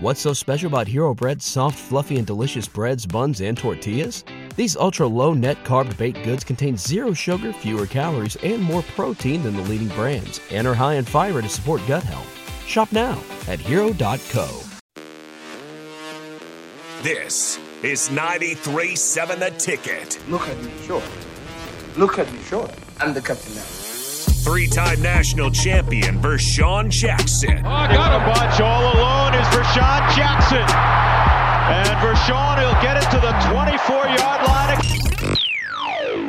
What's so special about Hero Bread's soft, fluffy, and delicious breads, buns, and tortillas? These ultra low net carb baked goods contain zero sugar, fewer calories, and more protein than the leading brands, and are high in fiber to support gut health. Shop now at hero.co. This is 93.7 The Ticket. Look at me, sure. Look at me, sure. I'm the captain now. Three time national champion Vershawn Jackson. Oh, got a bunch all alone is Vershawn Jackson. And Vershawn, he'll get it to the 24-yard line.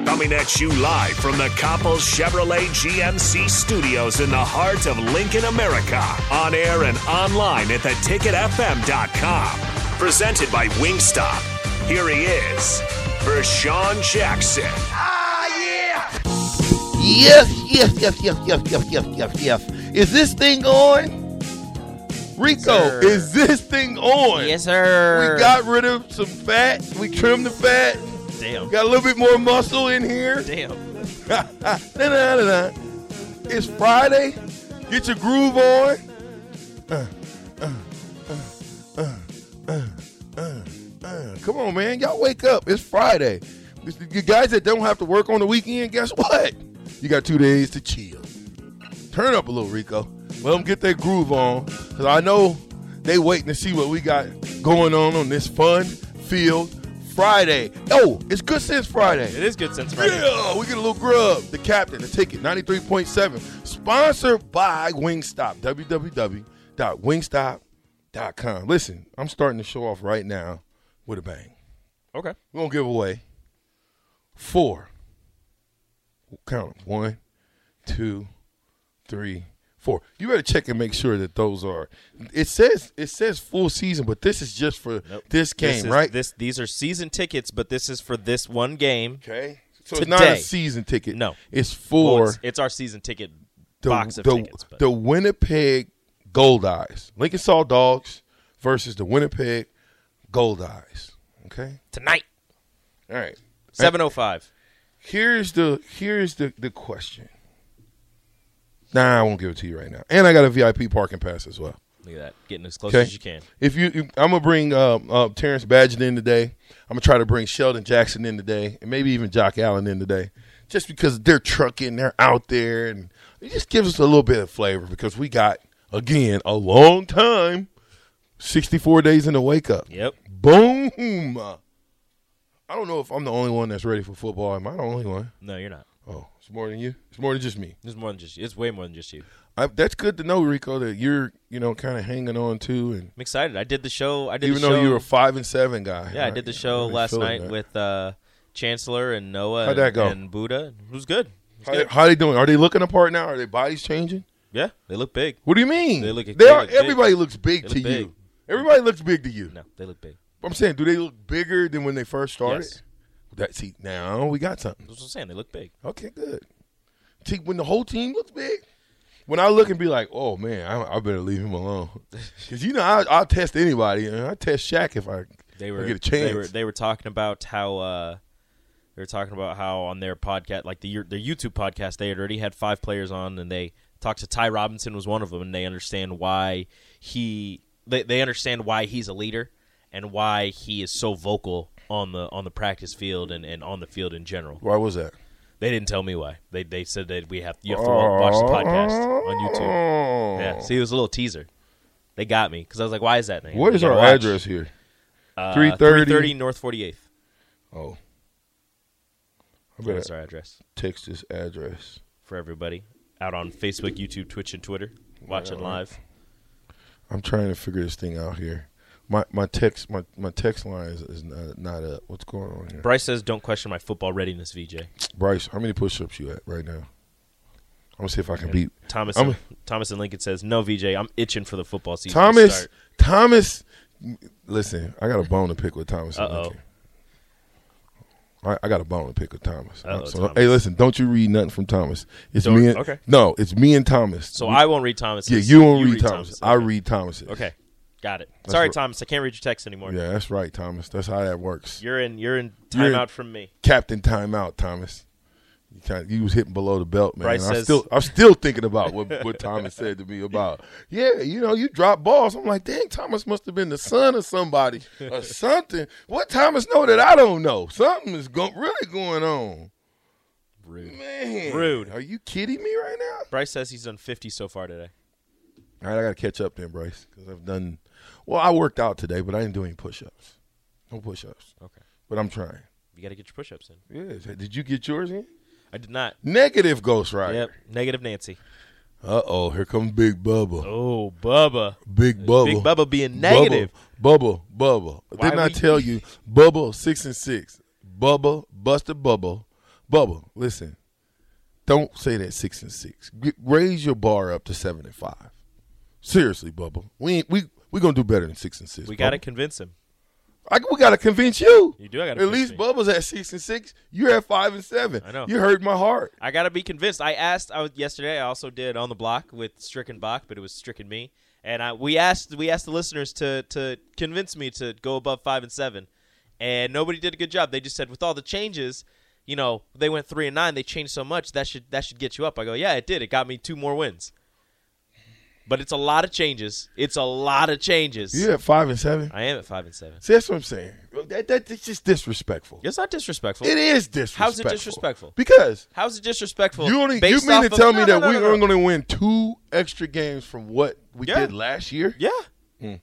Coming at you live from the Coppels Chevrolet GMC studios in the heart of Lincoln, America. On air and online at theticketfm.com. Presented by Wingstop. Here he is, Vershawn Jackson. Yes, yes, yes, yes, yes, yes, yes, yes, yes. Is this thing on? Rico, Sir. is this thing on? Yes, sir. We got rid of some fat. We trimmed the fat. damn, Got a little bit more muscle in here. damn. Da-da-da-da. It's Friday. Get your groove on. Uh, uh, uh, uh, uh, uh, uh. Come on, man. Y'all wake up. It's Friday. This- You guys that don't have to work on the weekend, guess what? You got two days to chill. Turn up a little, Rico. Let them get their groove on. Because I know they waiting to see what we got going on on this fun field Friday. Oh, it's Good Sense Friday. It is good sense right now. Yeah, we get a little grub. The captain, the ticket, 93.7. Sponsored by Wingstop, www.wingstop.com. Listen, I'm starting the show off right now with a bang. Okay. We're going to give away four. Count 'em. one, two, three, four. You better check and make sure that those are. It says it says full season, but this is just for this game, is- right? This these are season tickets, but this is for this one game. okay. So it's not a Today. season ticket. No. It's for. Well, it's, it's our season ticket box of the, tickets. but- the Winnipeg Gold Eyes. Lincoln Saw Dogs versus the Winnipeg Gold Eyes. Okay? tonight, Eh. All right. seven oh five. Here's the here's the, the question. Nah, I won't give it to you right now. And I got a VIP parking pass as well. Look at that, getting as close Okay. as you can. If you, you- I'm gonna bring um, uh, Terrence Badgett in today. I'm gonna try to bring Sheldon Jackson in today, and maybe even Jock Allen in today, just because they're trucking, they're out there, and it just gives us a little bit of flavor because we got again a long time, 64 days in the wake up. Yep. Boom. I don't know if I'm the only one that's ready for football. Am I the only one? No, you're not. Oh, it's more than you. It's more than just me. It's more than just you. It's way more than just you. I, that's good to know, Rico, that you're you know kind of hanging on to and. I'm excited. I did the show. I did Even the though show. you were a five and seven guy. yeah, I did the show I'm last feeling night that. with uh, Chancellor and Noah. How'd that and- go? And Buddha. It was good. It was How, good. they, how they doing? Are they looking apart now? Are their bodies changing? Yeah, they look big. What do you mean? They look- They they are, look big. everybody looks big They to look you. big. Everybody looks big to you. No, they look big. I'm saying, do they look bigger than when they first started? Yes. That see now we got something. That's what I'm saying. They look big. Okay, good. See, when the whole team looks big, when I look and be like, oh man, I, I better leave him alone, because you know I, I'll test anybody. and I test Shaq if I They if I were get a chance. They were they were talking about how uh, they were talking about how on their podcast, like the their YouTube podcast, they had already had five players on, and they talked to Ty Robinson was one of them, and they understand why he they they understand why he's a leader and why he is so vocal on the on the practice field and, and on the field in general. Why was that? They didn't tell me why. They they said that we have you have to wa- watch the podcast on YouTube. Yeah, see, it was a little teaser. They got me because I was like, "Why is that?" What is our address here? Uh, Three 330? thirty North Forty Eighth. Oh. I better That's our address text this address. for everybody out on Facebook, YouTube, Twitch, and Twitter. Watching live. I'm trying to figure this thing out here. My my text my, my text line is, is not, not up. What's going on here? Bryce says, "Don't question my football readiness, VJ." Bryce, how many push ups you at right now? I'm gonna see if I can beat Thomas I'm- Thomas and Lincoln says, "No, VJ, I'm itching for the football season." to Thomas start." Thomas listen, I got a bone to pick with Thomas and Uh-oh. Lincoln. I, I got a bone to pick with Thomas. Uh-oh, so, Thomas. Hey, listen! Don't you read nothing from Thomas. It's Don't- me. And, okay. No, it's me and Thomas. so We- I won't read Thomas. Yeah, you won't read, Thomas. Thomas. I read Thomas. Okay, got it. Sorry, right. Thomas, I can't read your text anymore. Yeah, that's right, Thomas. That's how that works. You're in. You're in You're in- timeout from me. Captain timeout, Thomas. You kind of, he was hitting below the belt, man. Bryce I'm says- still I'm still thinking about what, what Thomas said to me about. Yeah, you know, you drop balls. I'm like, dang, Thomas must have been the son of somebody or something. What Thomas know that I don't know? Something is go- really going on. Rude. Man, Rude. Are you kidding me right now? Bryce says he's done 50 so far today. All right, I got to catch up then, Bryce, because I've done. Well, I worked out today, but I didn't do any push-ups. No push-ups. Okay. But I'm trying. You got to get your push-ups in. Yeah. Did you get yours in? I did not. Negative Ghost Rider. Yep. Negative Nancy. Uh oh, here comes Big Bubba. Oh, Bubba. Big Bubba. Big Bubba being negative. Bubba, Bubba. Bubba. Didn't I we- tell you? Bubba six and six. Bubba, Buster Bubba. Bubba, listen. Don't say that six and six. G- raise your bar up to seven and five. Seriously, Bubba. We ain't, we we gonna do better than six and six. We got to Bubba. convince him. I, we gotta convince you. You do, I gotta At convince least me. Bubba's at six and six. You're at five and seven. I know. You hurt my heart. I gotta be convinced. I asked. I was yesterday. I also did on the block with Stricken Bach, but it was Stricken me. And I we asked we asked the listeners to to convince me to go above five and seven, and nobody did a good job. They just said with all the changes, you know, they went three and nine. They changed so much that should that should get you up. I go, yeah, it did. It got me two more wins. But it's a lot of changes. It's a lot of changes. You're at five and seven. I am at five and seven. See, that's what I'm saying. That, that that's just disrespectful. It's not disrespectful. It is disrespectful. How's it disrespectful? Because How's it disrespectful? you only you based mean to off of- tell me No, no, that no, we no, no. are going to win two extra games from what we Yeah. did last year? Yeah.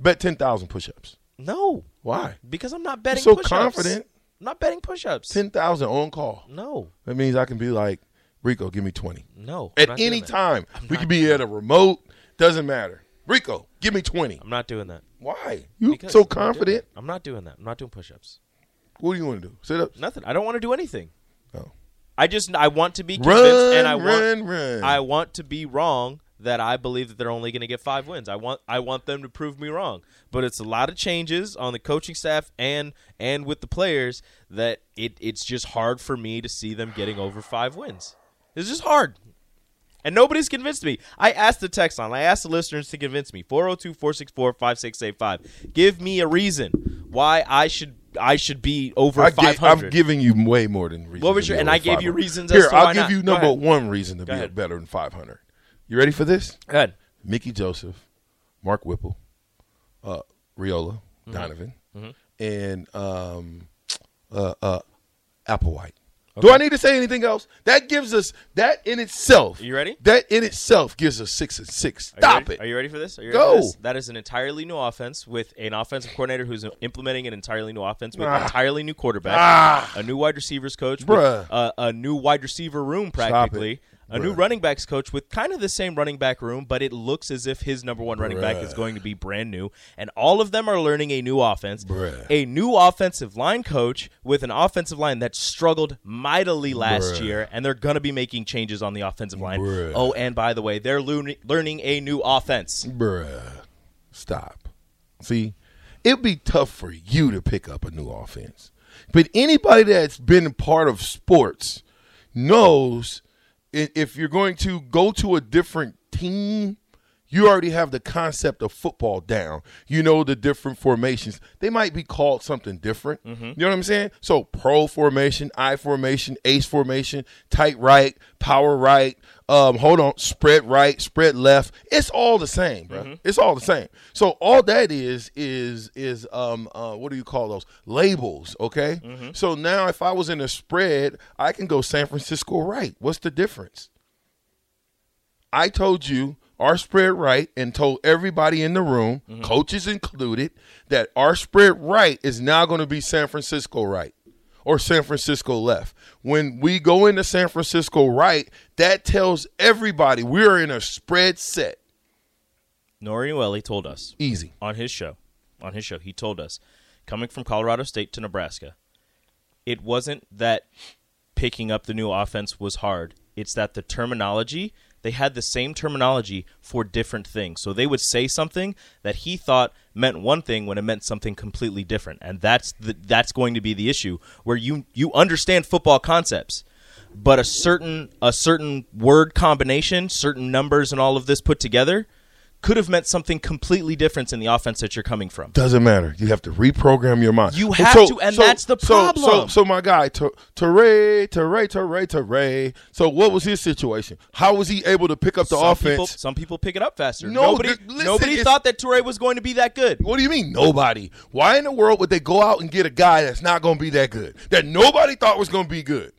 Bet ten thousand push-ups. No. Why? Because I'm not betting so push-ups. confident. I'm not betting push-ups. Ten thousand on call. No, That means I can be like Rico, give me twenty no. I'm at not doing any that. time. We could be at a remote. Doesn't matter. Rico, give me twenty. I'm not doing that. Why? You Because so I'm not doing confident? that. I'm not doing that. I'm not doing push-ups. What do you want to do? Sit up. Nothing. I don't want to do anything. Oh. I just I want to be convinced, Run, and I run, want run. I want to be wrong that I believe that they're only going to get five wins. I want I want them to prove me wrong. But it's a lot of changes on the coaching staff and and with the players that it it's just hard for me to see them getting over five wins. It's just hard. And nobody's convinced me. I asked the text line. I asked the listeners to convince me. 402-464-5685. Give me a reason why I should I should be over I 500. am giving you way more than reasons. What was to your- be and over I gave you 500. reasons as Here, to I'll why give not. you Go number ahead. one reason to Go be ahead. better than 500. You ready for this? Go ahead. Mickey Joseph, Mark Whipple, uh, Riola, Mm-hmm. Donovan, and um, uh, uh, Applewhite. Do I need to say anything else? That gives us that in itself. You ready? That in itself gives us six and six. Are you Stop ready- it. Are you ready for this? Are you Go. Ready for this? That is an entirely new offense with an offensive coordinator who's implementing an entirely new offense with Ah. an entirely new quarterback, a new wide receivers coach, with, Bruh. uh, a new wide receiver room practically, a new Bruh. running backs coach with kind of the same running back room, but it looks as if his number one running back is going to be brand new, and all of them are learning a new offense, Bruh. a new offensive line coach with an offensive line that struggled mightily last Bruh. year, and they're going to be making changes on the offensive line. Bruh. Oh, and by the way, they're learning, learning a new offense. Bruh, stop. See, it'd be tough for you to pick up a new offense. But anybody that's been a part of sports knows i- if you're going to go to a different team, you already have the concept of football down. You know the different formations. They might be called something different. You know what I'm saying? So pro formation, I formation, ace formation, tight right, power right. Um, hold on, spread right, spread left. It's all the same, bro. It's all the same. So all that is is is um uh, what do you call those labels? Okay. So now if I was in a spread, I can go San Francisco right. What's the difference? I told you our spread right and told everybody in the room, Mm-hmm. coaches included, that our spread right is now going to be San Francisco right or San Francisco left. When we go into San Francisco right, that tells everybody we're in a spread set. Nori Ueli told us Easy. on his show, on his show, he told us coming from Colorado State to Nebraska, it wasn't that picking up the new offense was hard. It's that the terminology, they had the same terminology for different things. So they would say something that he thought meant one thing when it meant something completely different. And that's the, that's going to be the issue where you you understand football concepts, but a certain a certain word combination, certain numbers and all of this put together could have meant something completely different in the offense that you're coming from. Doesn't matter. You have to reprogram your mind. You And have to, and that's the So, so, problem. so my guy, Ter- Teray, Teray, Teray, Teray. So, what was his situation? How was he able to pick up the some offense? People, some people pick it up faster. No, nobody, th- listen, nobody it's- thought that Toure was going to be that good. What do you mean nobody? Why in the world would they go out and get a guy that's not going to be that good, that nobody thought was going to be good?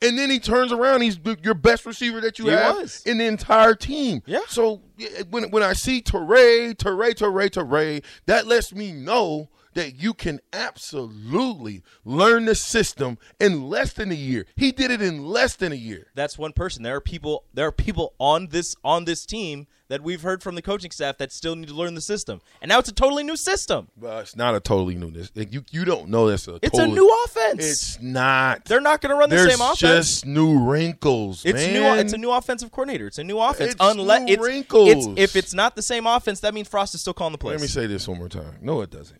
And then he turns around, he's the- your best receiver that you He have was. in the entire team. Yeah. So yeah, when when I see Teray, Teray, Teray, Teray, that lets me know that you can absolutely learn the system in less than a year. He did it in less than a year. That's one person. There are people. There are people on this on this team that we've heard from the coaching staff that still need to learn the system. And now it's a totally new system. Well, it's not a totally new. You you don't know that's a. It's totally, a new offense. It's not. They're not going to run the There's same offense. just new wrinkles, It's man. new. It's a new offensive coordinator. It's a new offense. It's Unless new it's, wrinkles. it's- if it's not the same offense, that means Frost is still calling the plays. Let me say this one more time. No, it doesn't.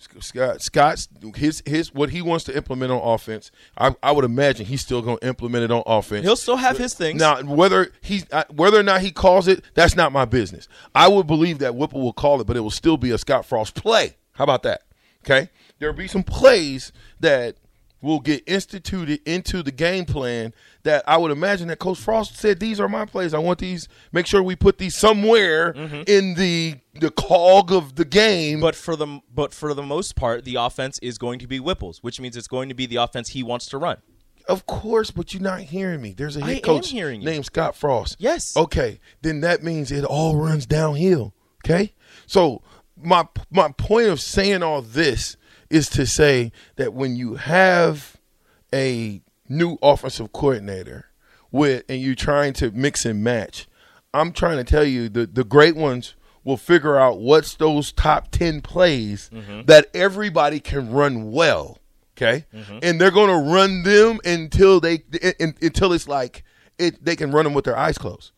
Sc- Scott, Scott's his his what he wants to implement on offense. I, I would imagine he's still going to implement it on offense. He'll still have his things. Now, whether he's uh, whether or not he calls it, that's not my business. I would believe that Whipple will call it, but it will still be a Scott Frost play. How about that? Okay, there'll be some plays that will get instituted into the game plan that I would imagine that Coach Frost said these are my plays. I want these. Make sure we put these somewhere in the the cog of the game. Mm-hmm. But for the but for the most part, the offense is going to be Whipple's, which means it's going to be the offense he wants to run. Of course, but you're not hearing me. There's a I head am coach hearing you. named Scott Frost. Oh, Yes. Okay, then that means it all runs downhill. Okay, so my my point of saying all this is to say that when you have a new offensive coordinator with and you're trying to mix and match, I'm trying to tell you the the great ones will figure out what's those top ten plays that everybody can run well okay and they're going to run them until they in, in- until it's like it they can run them with their eyes closed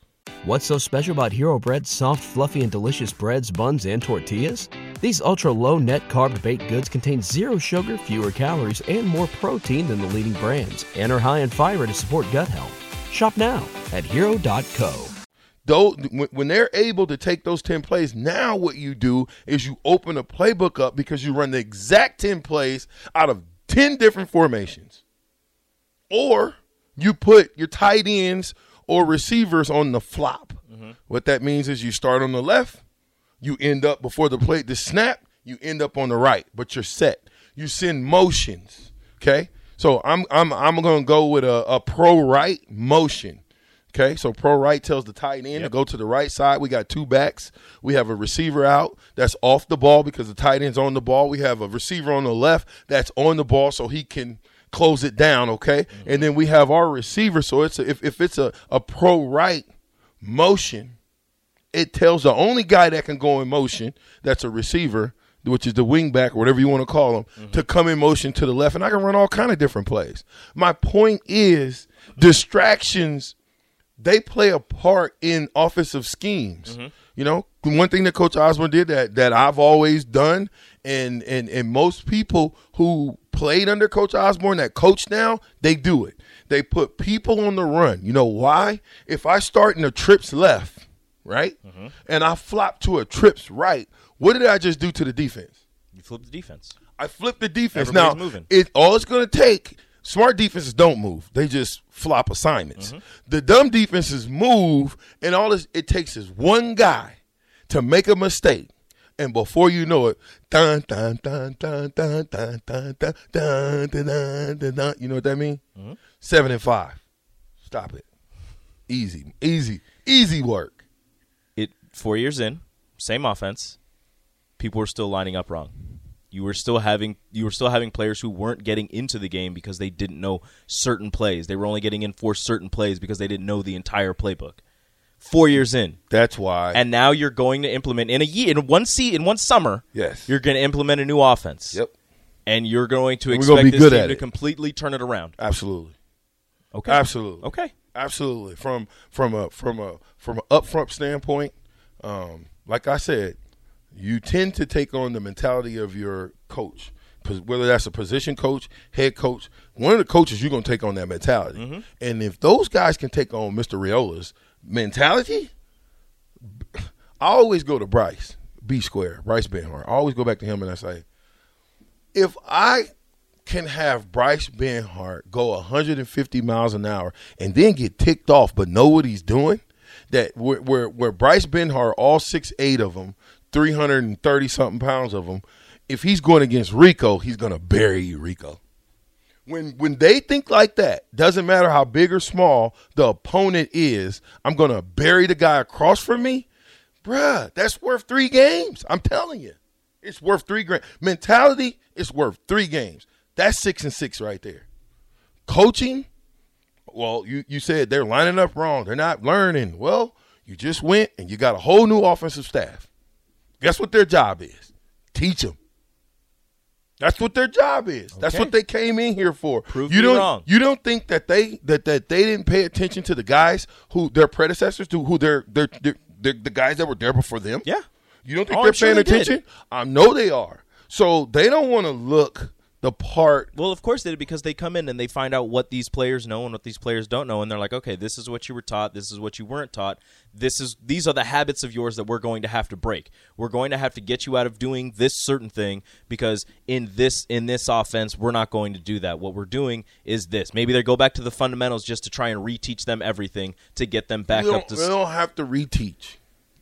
What's so special about Hero Bread's soft, fluffy, and delicious breads, buns, and tortillas? These ultra low net carb baked goods contain zero sugar, fewer calories, and more protein than the leading brands, and are high in fiber to support gut health. Shop now at hero.co. though when, when they're able to take those 10 plays now what you do is you open a playbook up because you run the exact 10 plays out of 10 different formations or you put your tight ends or receivers on the flop what that means is you start on the left you end up before the plate the snap you end up on the right but you're set you send motions okay so i'm i'm i'm gonna go with a, a pro right motion okay so pro right tells the tight end to go to the right side we got two backs we have a receiver out that's off the ball because the tight end's on the ball we have a receiver on the left that's on the ball so he can close it down okay and then we have our receiver so it's a, if, if it's a, a pro right motion it tells the only guy that can go in motion that's a receiver which is the wing back or whatever you want to call him to come in motion to the left and i can run all kind of different plays my point is distractions they play a part in offensive schemes you know the one thing that coach osborne did that that i've always done and and and most people who played under coach osborne that coach now they do it they put people on the run you know why if i start in the trips left right? And I flop to a trips right. What did I just do to the defense? You flip the defense. I flipped the defense. Everybody's now, moving. it all it's going to take. Smart defenses don't move; they just flop Mm-hmm. assignments. The dumb defenses move, and all this, it takes is one guy to make a mistake, and before you know it, dun dun dun dun dun dun dun dun dun dun dun. dun, dun. You know what that means? Mm-hmm. Seven and five. Stop it. Easy, easy, easy work. It four years in, same offense. People were still lining up wrong. You were still having you were still having players who weren't getting into the game because they didn't know certain plays. They were only getting in for certain plays because they didn't know the entire playbook. Four years in, That's why. and now you're going to implement in a year in one se- in one summer. Yes. you're going to implement a new offense. Yep. and you're going to And we're gonna expect be this good team at to it. completely turn it around. Absolutely. Okay, Absolutely. Okay, Absolutely. From from a from a from an upfront standpoint, um, like I said, you tend to take on the mentality of your coach, pos- whether that's a position coach, head coach. One of the coaches you're going to take on that mentality, and if those guys can take on Mr. Riola's mentality, I always go to Bryce, B Square, Bryce Benhart. I always go back to him and I say, if I can have Bryce Benhart go 150 miles an hour and then get ticked off but know what he's doing, that where where, where Bryce Benhart, all six eight of them, 330 something pounds of them, if he's going against Rico, he's going to bury you, Rico. When when they think like that, doesn't matter how big or small the opponent is, I'm going to bury the guy across from me. Bruh, that's worth three games. I'm telling you. It's worth three grand. Mentality, it's worth three games. That's six and six right there. Coaching, well, you, you said they're lining up wrong. They're not learning. Well, you just went and you got a whole new offensive staff. Guess what their job is? Teach them. That's what their job is. That's Okay. what they came in here for. Prove you me don't, wrong. You don't think that they that, that they didn't pay attention to the guys who their predecessors to who their their, their, their the guys that were there before them? Yeah. You don't think Oh, I'm they're sure paying they did. attention? I know they are. So they don't want to look the part. Well, of course they did because they come in and they find out what these players know and what these players don't know, and they're like, okay, this is what you were taught, this is what you weren't taught, this is these are the habits of yours that we're going to have to break. We're going to have to get you out of doing this certain thing because in this in this offense we're not going to do that. What we're doing is this. Maybe they go back to the fundamentals just to try and reteach them everything to get them back you, up don't, to. you s- don't have to reteach.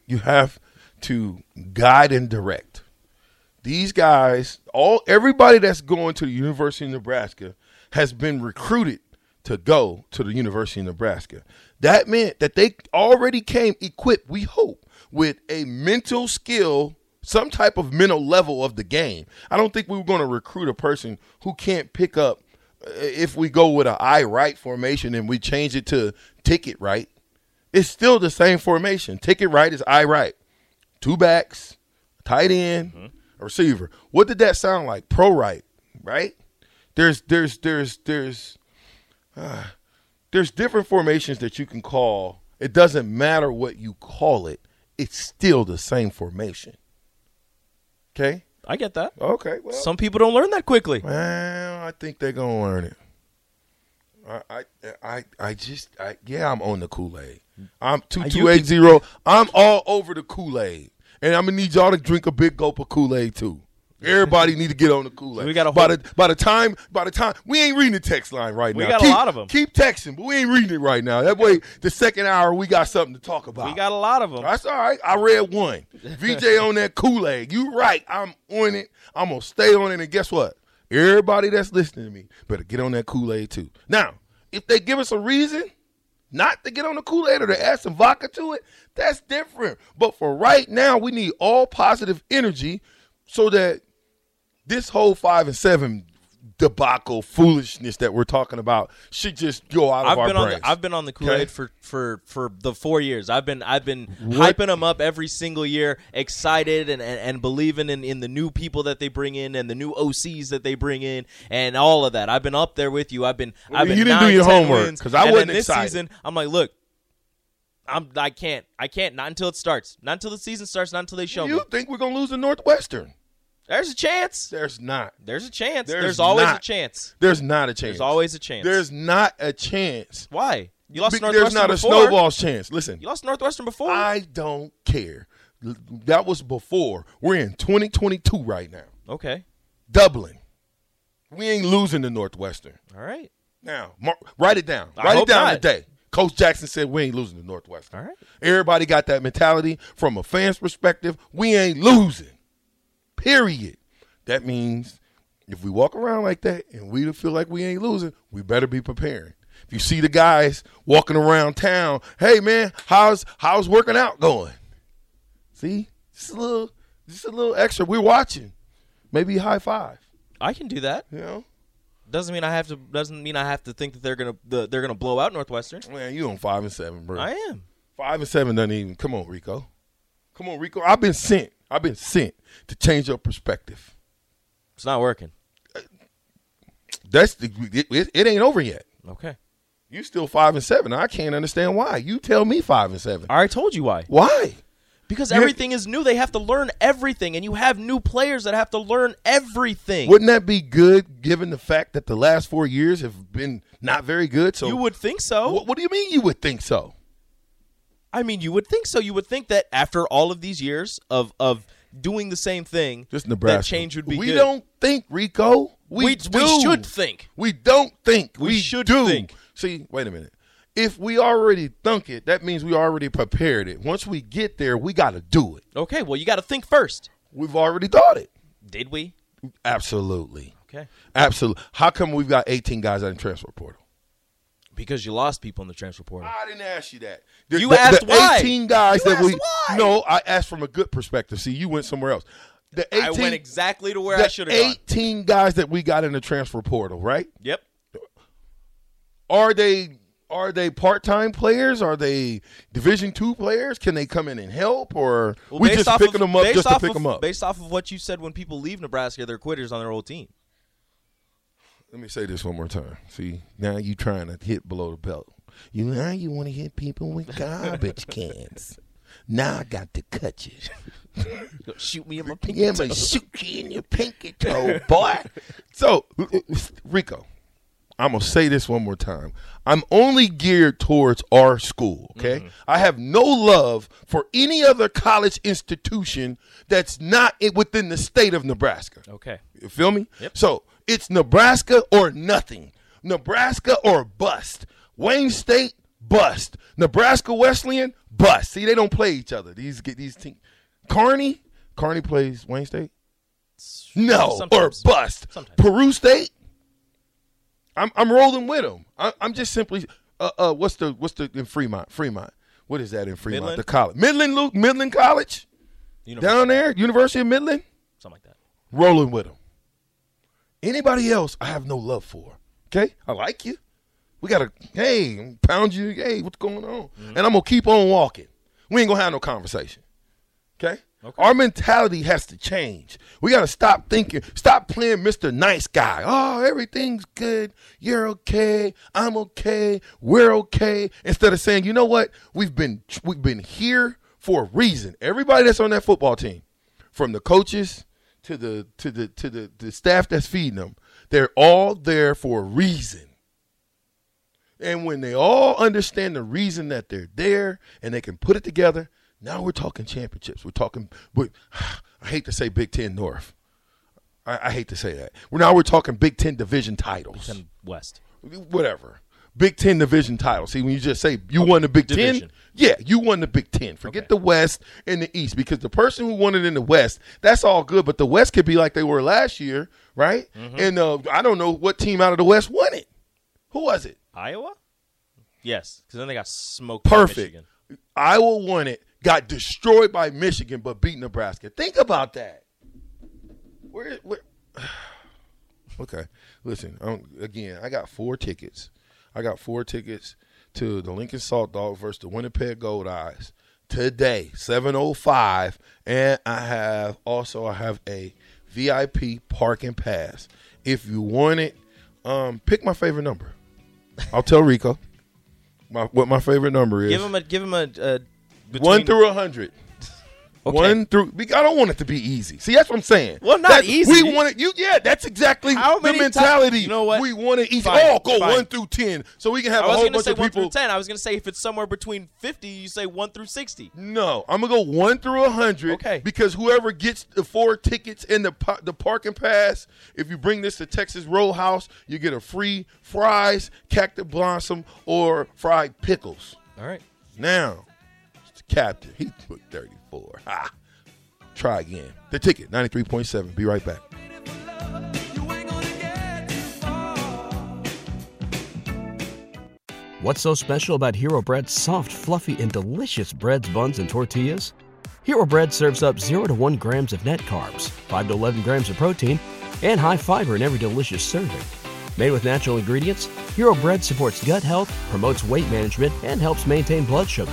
You have to guide and direct. These guys, all everybody that's going to the University of Nebraska has been recruited to go to the University of Nebraska. That meant that they already came equipped, we hope, with a mental skill, some type of mental level of the game. I don't think we were going to recruit a person who can't pick up uh, if we go with an I right formation and we change it to ticket right. It's still the same formation. Ticket right is I right. Two backs, tight end, a receiver. What did that sound like? Pro right, right? There's there's there's there's uh, there's different formations that you can call. It doesn't matter what you call it. It's still the same formation. Okay? I get that. Okay. Well, Some people don't learn that quickly. well, I think they're gonna learn it. I, I, I, I just, I, yeah, I'm on the Kool Aid. I'm two Uh, you two eight zero. I'm all over the Kool Aid, and I'm gonna need y'all to drink a big gulp of Kool Aid too. Everybody need to get on the Kool Aid. We got a by whole- the by the time by the time we ain't reading the text line right We now. got a Keep- lot of 'em. Keep texting, but we ain't reading it right now. That way, the second hour we got something to talk about. We got a lot of them. That's all right. I read one. VJ on that Kool Aid. You right. I'm on it. I'm gonna stay on it. And guess what? Everybody that's listening to me better get on that Kool Aid too. Now, if they give us a reason not to get on the Kool Aid or to add some vodka to it, that's different. But for right now, we need all positive energy so that this whole five and seven debacle foolishness that we're talking about should just go out of I've our been on brains. the, I've been on the Kool Aid Okay. for, for for the four years. I've been I've been What- hyping them up every single year, excited and, and, and believing in, in the new people that they bring in and the new OCs that they bring in and all of that. I've been up there with you. I've been Well, I've been you didn't do nine, your 10 homework, wins, 'cause I and wasn't then this excited. season. I'm like, look, I'm I can't I can't not until it starts, not until the season starts, not until they show me. you think we're gonna lose the Northwestern? There's a chance. There's not. There's a chance. There's, There's always a not. chance. There's not a chance. There's always a chance. There's not a chance. why you lost Be- to There's Northwestern not a before. snowball's chance. Listen, You lost to Northwestern before. I don't care. L- That was before. We're in 2022 right now. okay. Dublin. We ain't losing to Northwestern. All right. Now, mark, write it down. I write hope it down not. today. Coach Jackson said we ain't losing to Northwestern. All right. Everybody got that mentality from a fan's perspective. We ain't losing. Period. That means if we walk around like that and we feel like we ain't losing, we better be preparing. If you see the guys walking around town, hey man, how's how's working out going? See, just a little, just a little extra. We're watching. Maybe high five. I can do that. You know, Doesn't mean I have to. Doesn't mean I have to think that they're gonna the, they're gonna blow out Northwestern. man, you on five and seven, bro. I am. Five and seven doesn't even. Come on, Rico. Come on, Rico. I've been sent. I've been sent to change your perspective. It's not working. That's the. It, it- it ain't over yet. Okay. You still five and seven. I can't understand why. You tell me five and seven. I already told you why. Why? Because You're- everything is new. They have to learn everything, and you have new players that have to learn everything. Wouldn't that be good given the fact that the last four years have been not very good? So you would think so. What, what do you mean you would think so? I I mean, you would think so. You would think that after all of these years of of doing the same thing, Just Nebraska. that change would be. We good. don't think, Rico. We, We, we, do. should think. We don't think. We, We should do. think. See, wait a minute. If we already thunk it, that means we already prepared it. Once we get there, we got to do it. Okay, well, you got to think first. We've already thought it. Did we? Absolutely. Okay. Absolutely. How come we've got 18 guys out in transfer portal? Because you lost people in the transfer portal. I didn't ask you that. The, You the- the asked why. 18 guys You that we asked why. No, I asked from a good perspective. See, you went somewhere else. The 18 I went exactly to where the I should have gone. 18 guys that we got in the transfer portal, right? Yep. Are they are they part-time players? Are they division 2 players? Can they come in and help or Well, we based just off picking of- them up based just to off pick of- them up? Based off of what you said, when people leave Nebraska, they're quitters on their old team. Let me say this one more time. See, now you trying to hit below the belt. You now you want to hit people with garbage cans. Now I got to cut you. Shoot me in my Yeah, but shoot you in your pinky toe, boy. so, uh, Rico, I'm gonna say this one more time. I'm only geared towards our school. Okay, Mm-hmm. I have no love for any other college institution that's not i- within the state of Nebraska. Okay. You feel me? Yep. So it's Nebraska or nothing. Nebraska or bust. Wayne State bust. Nebraska Wesleyan bust. See, they don't play each other. These get these teams. Carney, Carney plays Wayne State. No, Sometimes. or bust. Sometimes. Peru State. I'm I'm rolling with them. I, I'm just simply uh, uh what's the what's the in Fremont Fremont. What is that in Fremont? Midland? The college Midland Lu- Midland College You know, down there University of Midland something like that. rolling with them. Anybody else, I have no love for. Okay, I like you. We gotta, hey, I'm pound you. Hey, what's going on? Mm-hmm. And I'm gonna keep on walking. We ain't gonna have no conversation. Okay? Our mentality has to change. We gotta stop thinking, stop playing Mr. Nice Guy. Oh, everything's good. You're okay. I'm okay. We're okay. Instead of saying, you know what? We've been we've been here for a reason. Everybody that's on that football team, from the coaches to the to the to the, the staff that's feeding them, they're all there for a reason. And when they all understand the reason that they're there and they can put it together, now we're talking championships. We're talking, we, I hate to say Big Ten North. I, I hate to say that. We're now we're talking Big Ten division titles. Ten West. Whatever. Big Ten division titles. See, when you just say you won the Big Ten, division. yeah, you won the Big Ten. Forget the West and the East because the person who won it in the West, that's all good. But the West could be like they were last year, right? Mm-hmm. And uh, I don't know what team out of the West won it. Who was it? Iowa? Yes, because then they got smoked. by Perfect. Michigan. Iowa won it, got destroyed by Michigan, but beat Nebraska. Think about that. Where, where? Okay, listen. i again, I got four tickets. I got four tickets to the Lincoln Salt Dog versus the Winnipeg Gold Eyes today, seven oh five, and I have also I have a VIP parking pass. If you want it, um, pick my favorite number. I'll tell Rico my, what my favorite number is. Give him a. Give him a. a between, One through a hundred. Okay. One through. be- I don't want it to be easy. See, that's what I'm saying. Well, not That's- easy. We want it. You, yeah, that's exactly How the many ti- mentality. you know what? We want it easy. Fine, oh, go fine. one through ten, so we can have I a was whole going to bunch say of one people. through ten. I was going to say if it's somewhere between fifty, you say one through sixty. No, I'm gonna go one through a hundred. Okay. Because whoever gets the four tickets and the po- the parking pass, if you bring this to Texas Roadhouse, you get a free fries, cactus blossom, or fried pickles. All right. Now, it's the captain, he put 34. Ha. Try again. The ticket, 93.7. Be right back. What's so special about Hero Bread's soft, fluffy, and delicious breads, buns, and tortillas? Hero Bread serves up 0 to 1 grams of net carbs, 5 to 11 grams of protein, and high fiber in every delicious serving. Made with natural ingredients, Hero Bread supports gut health, promotes weight management, and helps maintain blood sugar.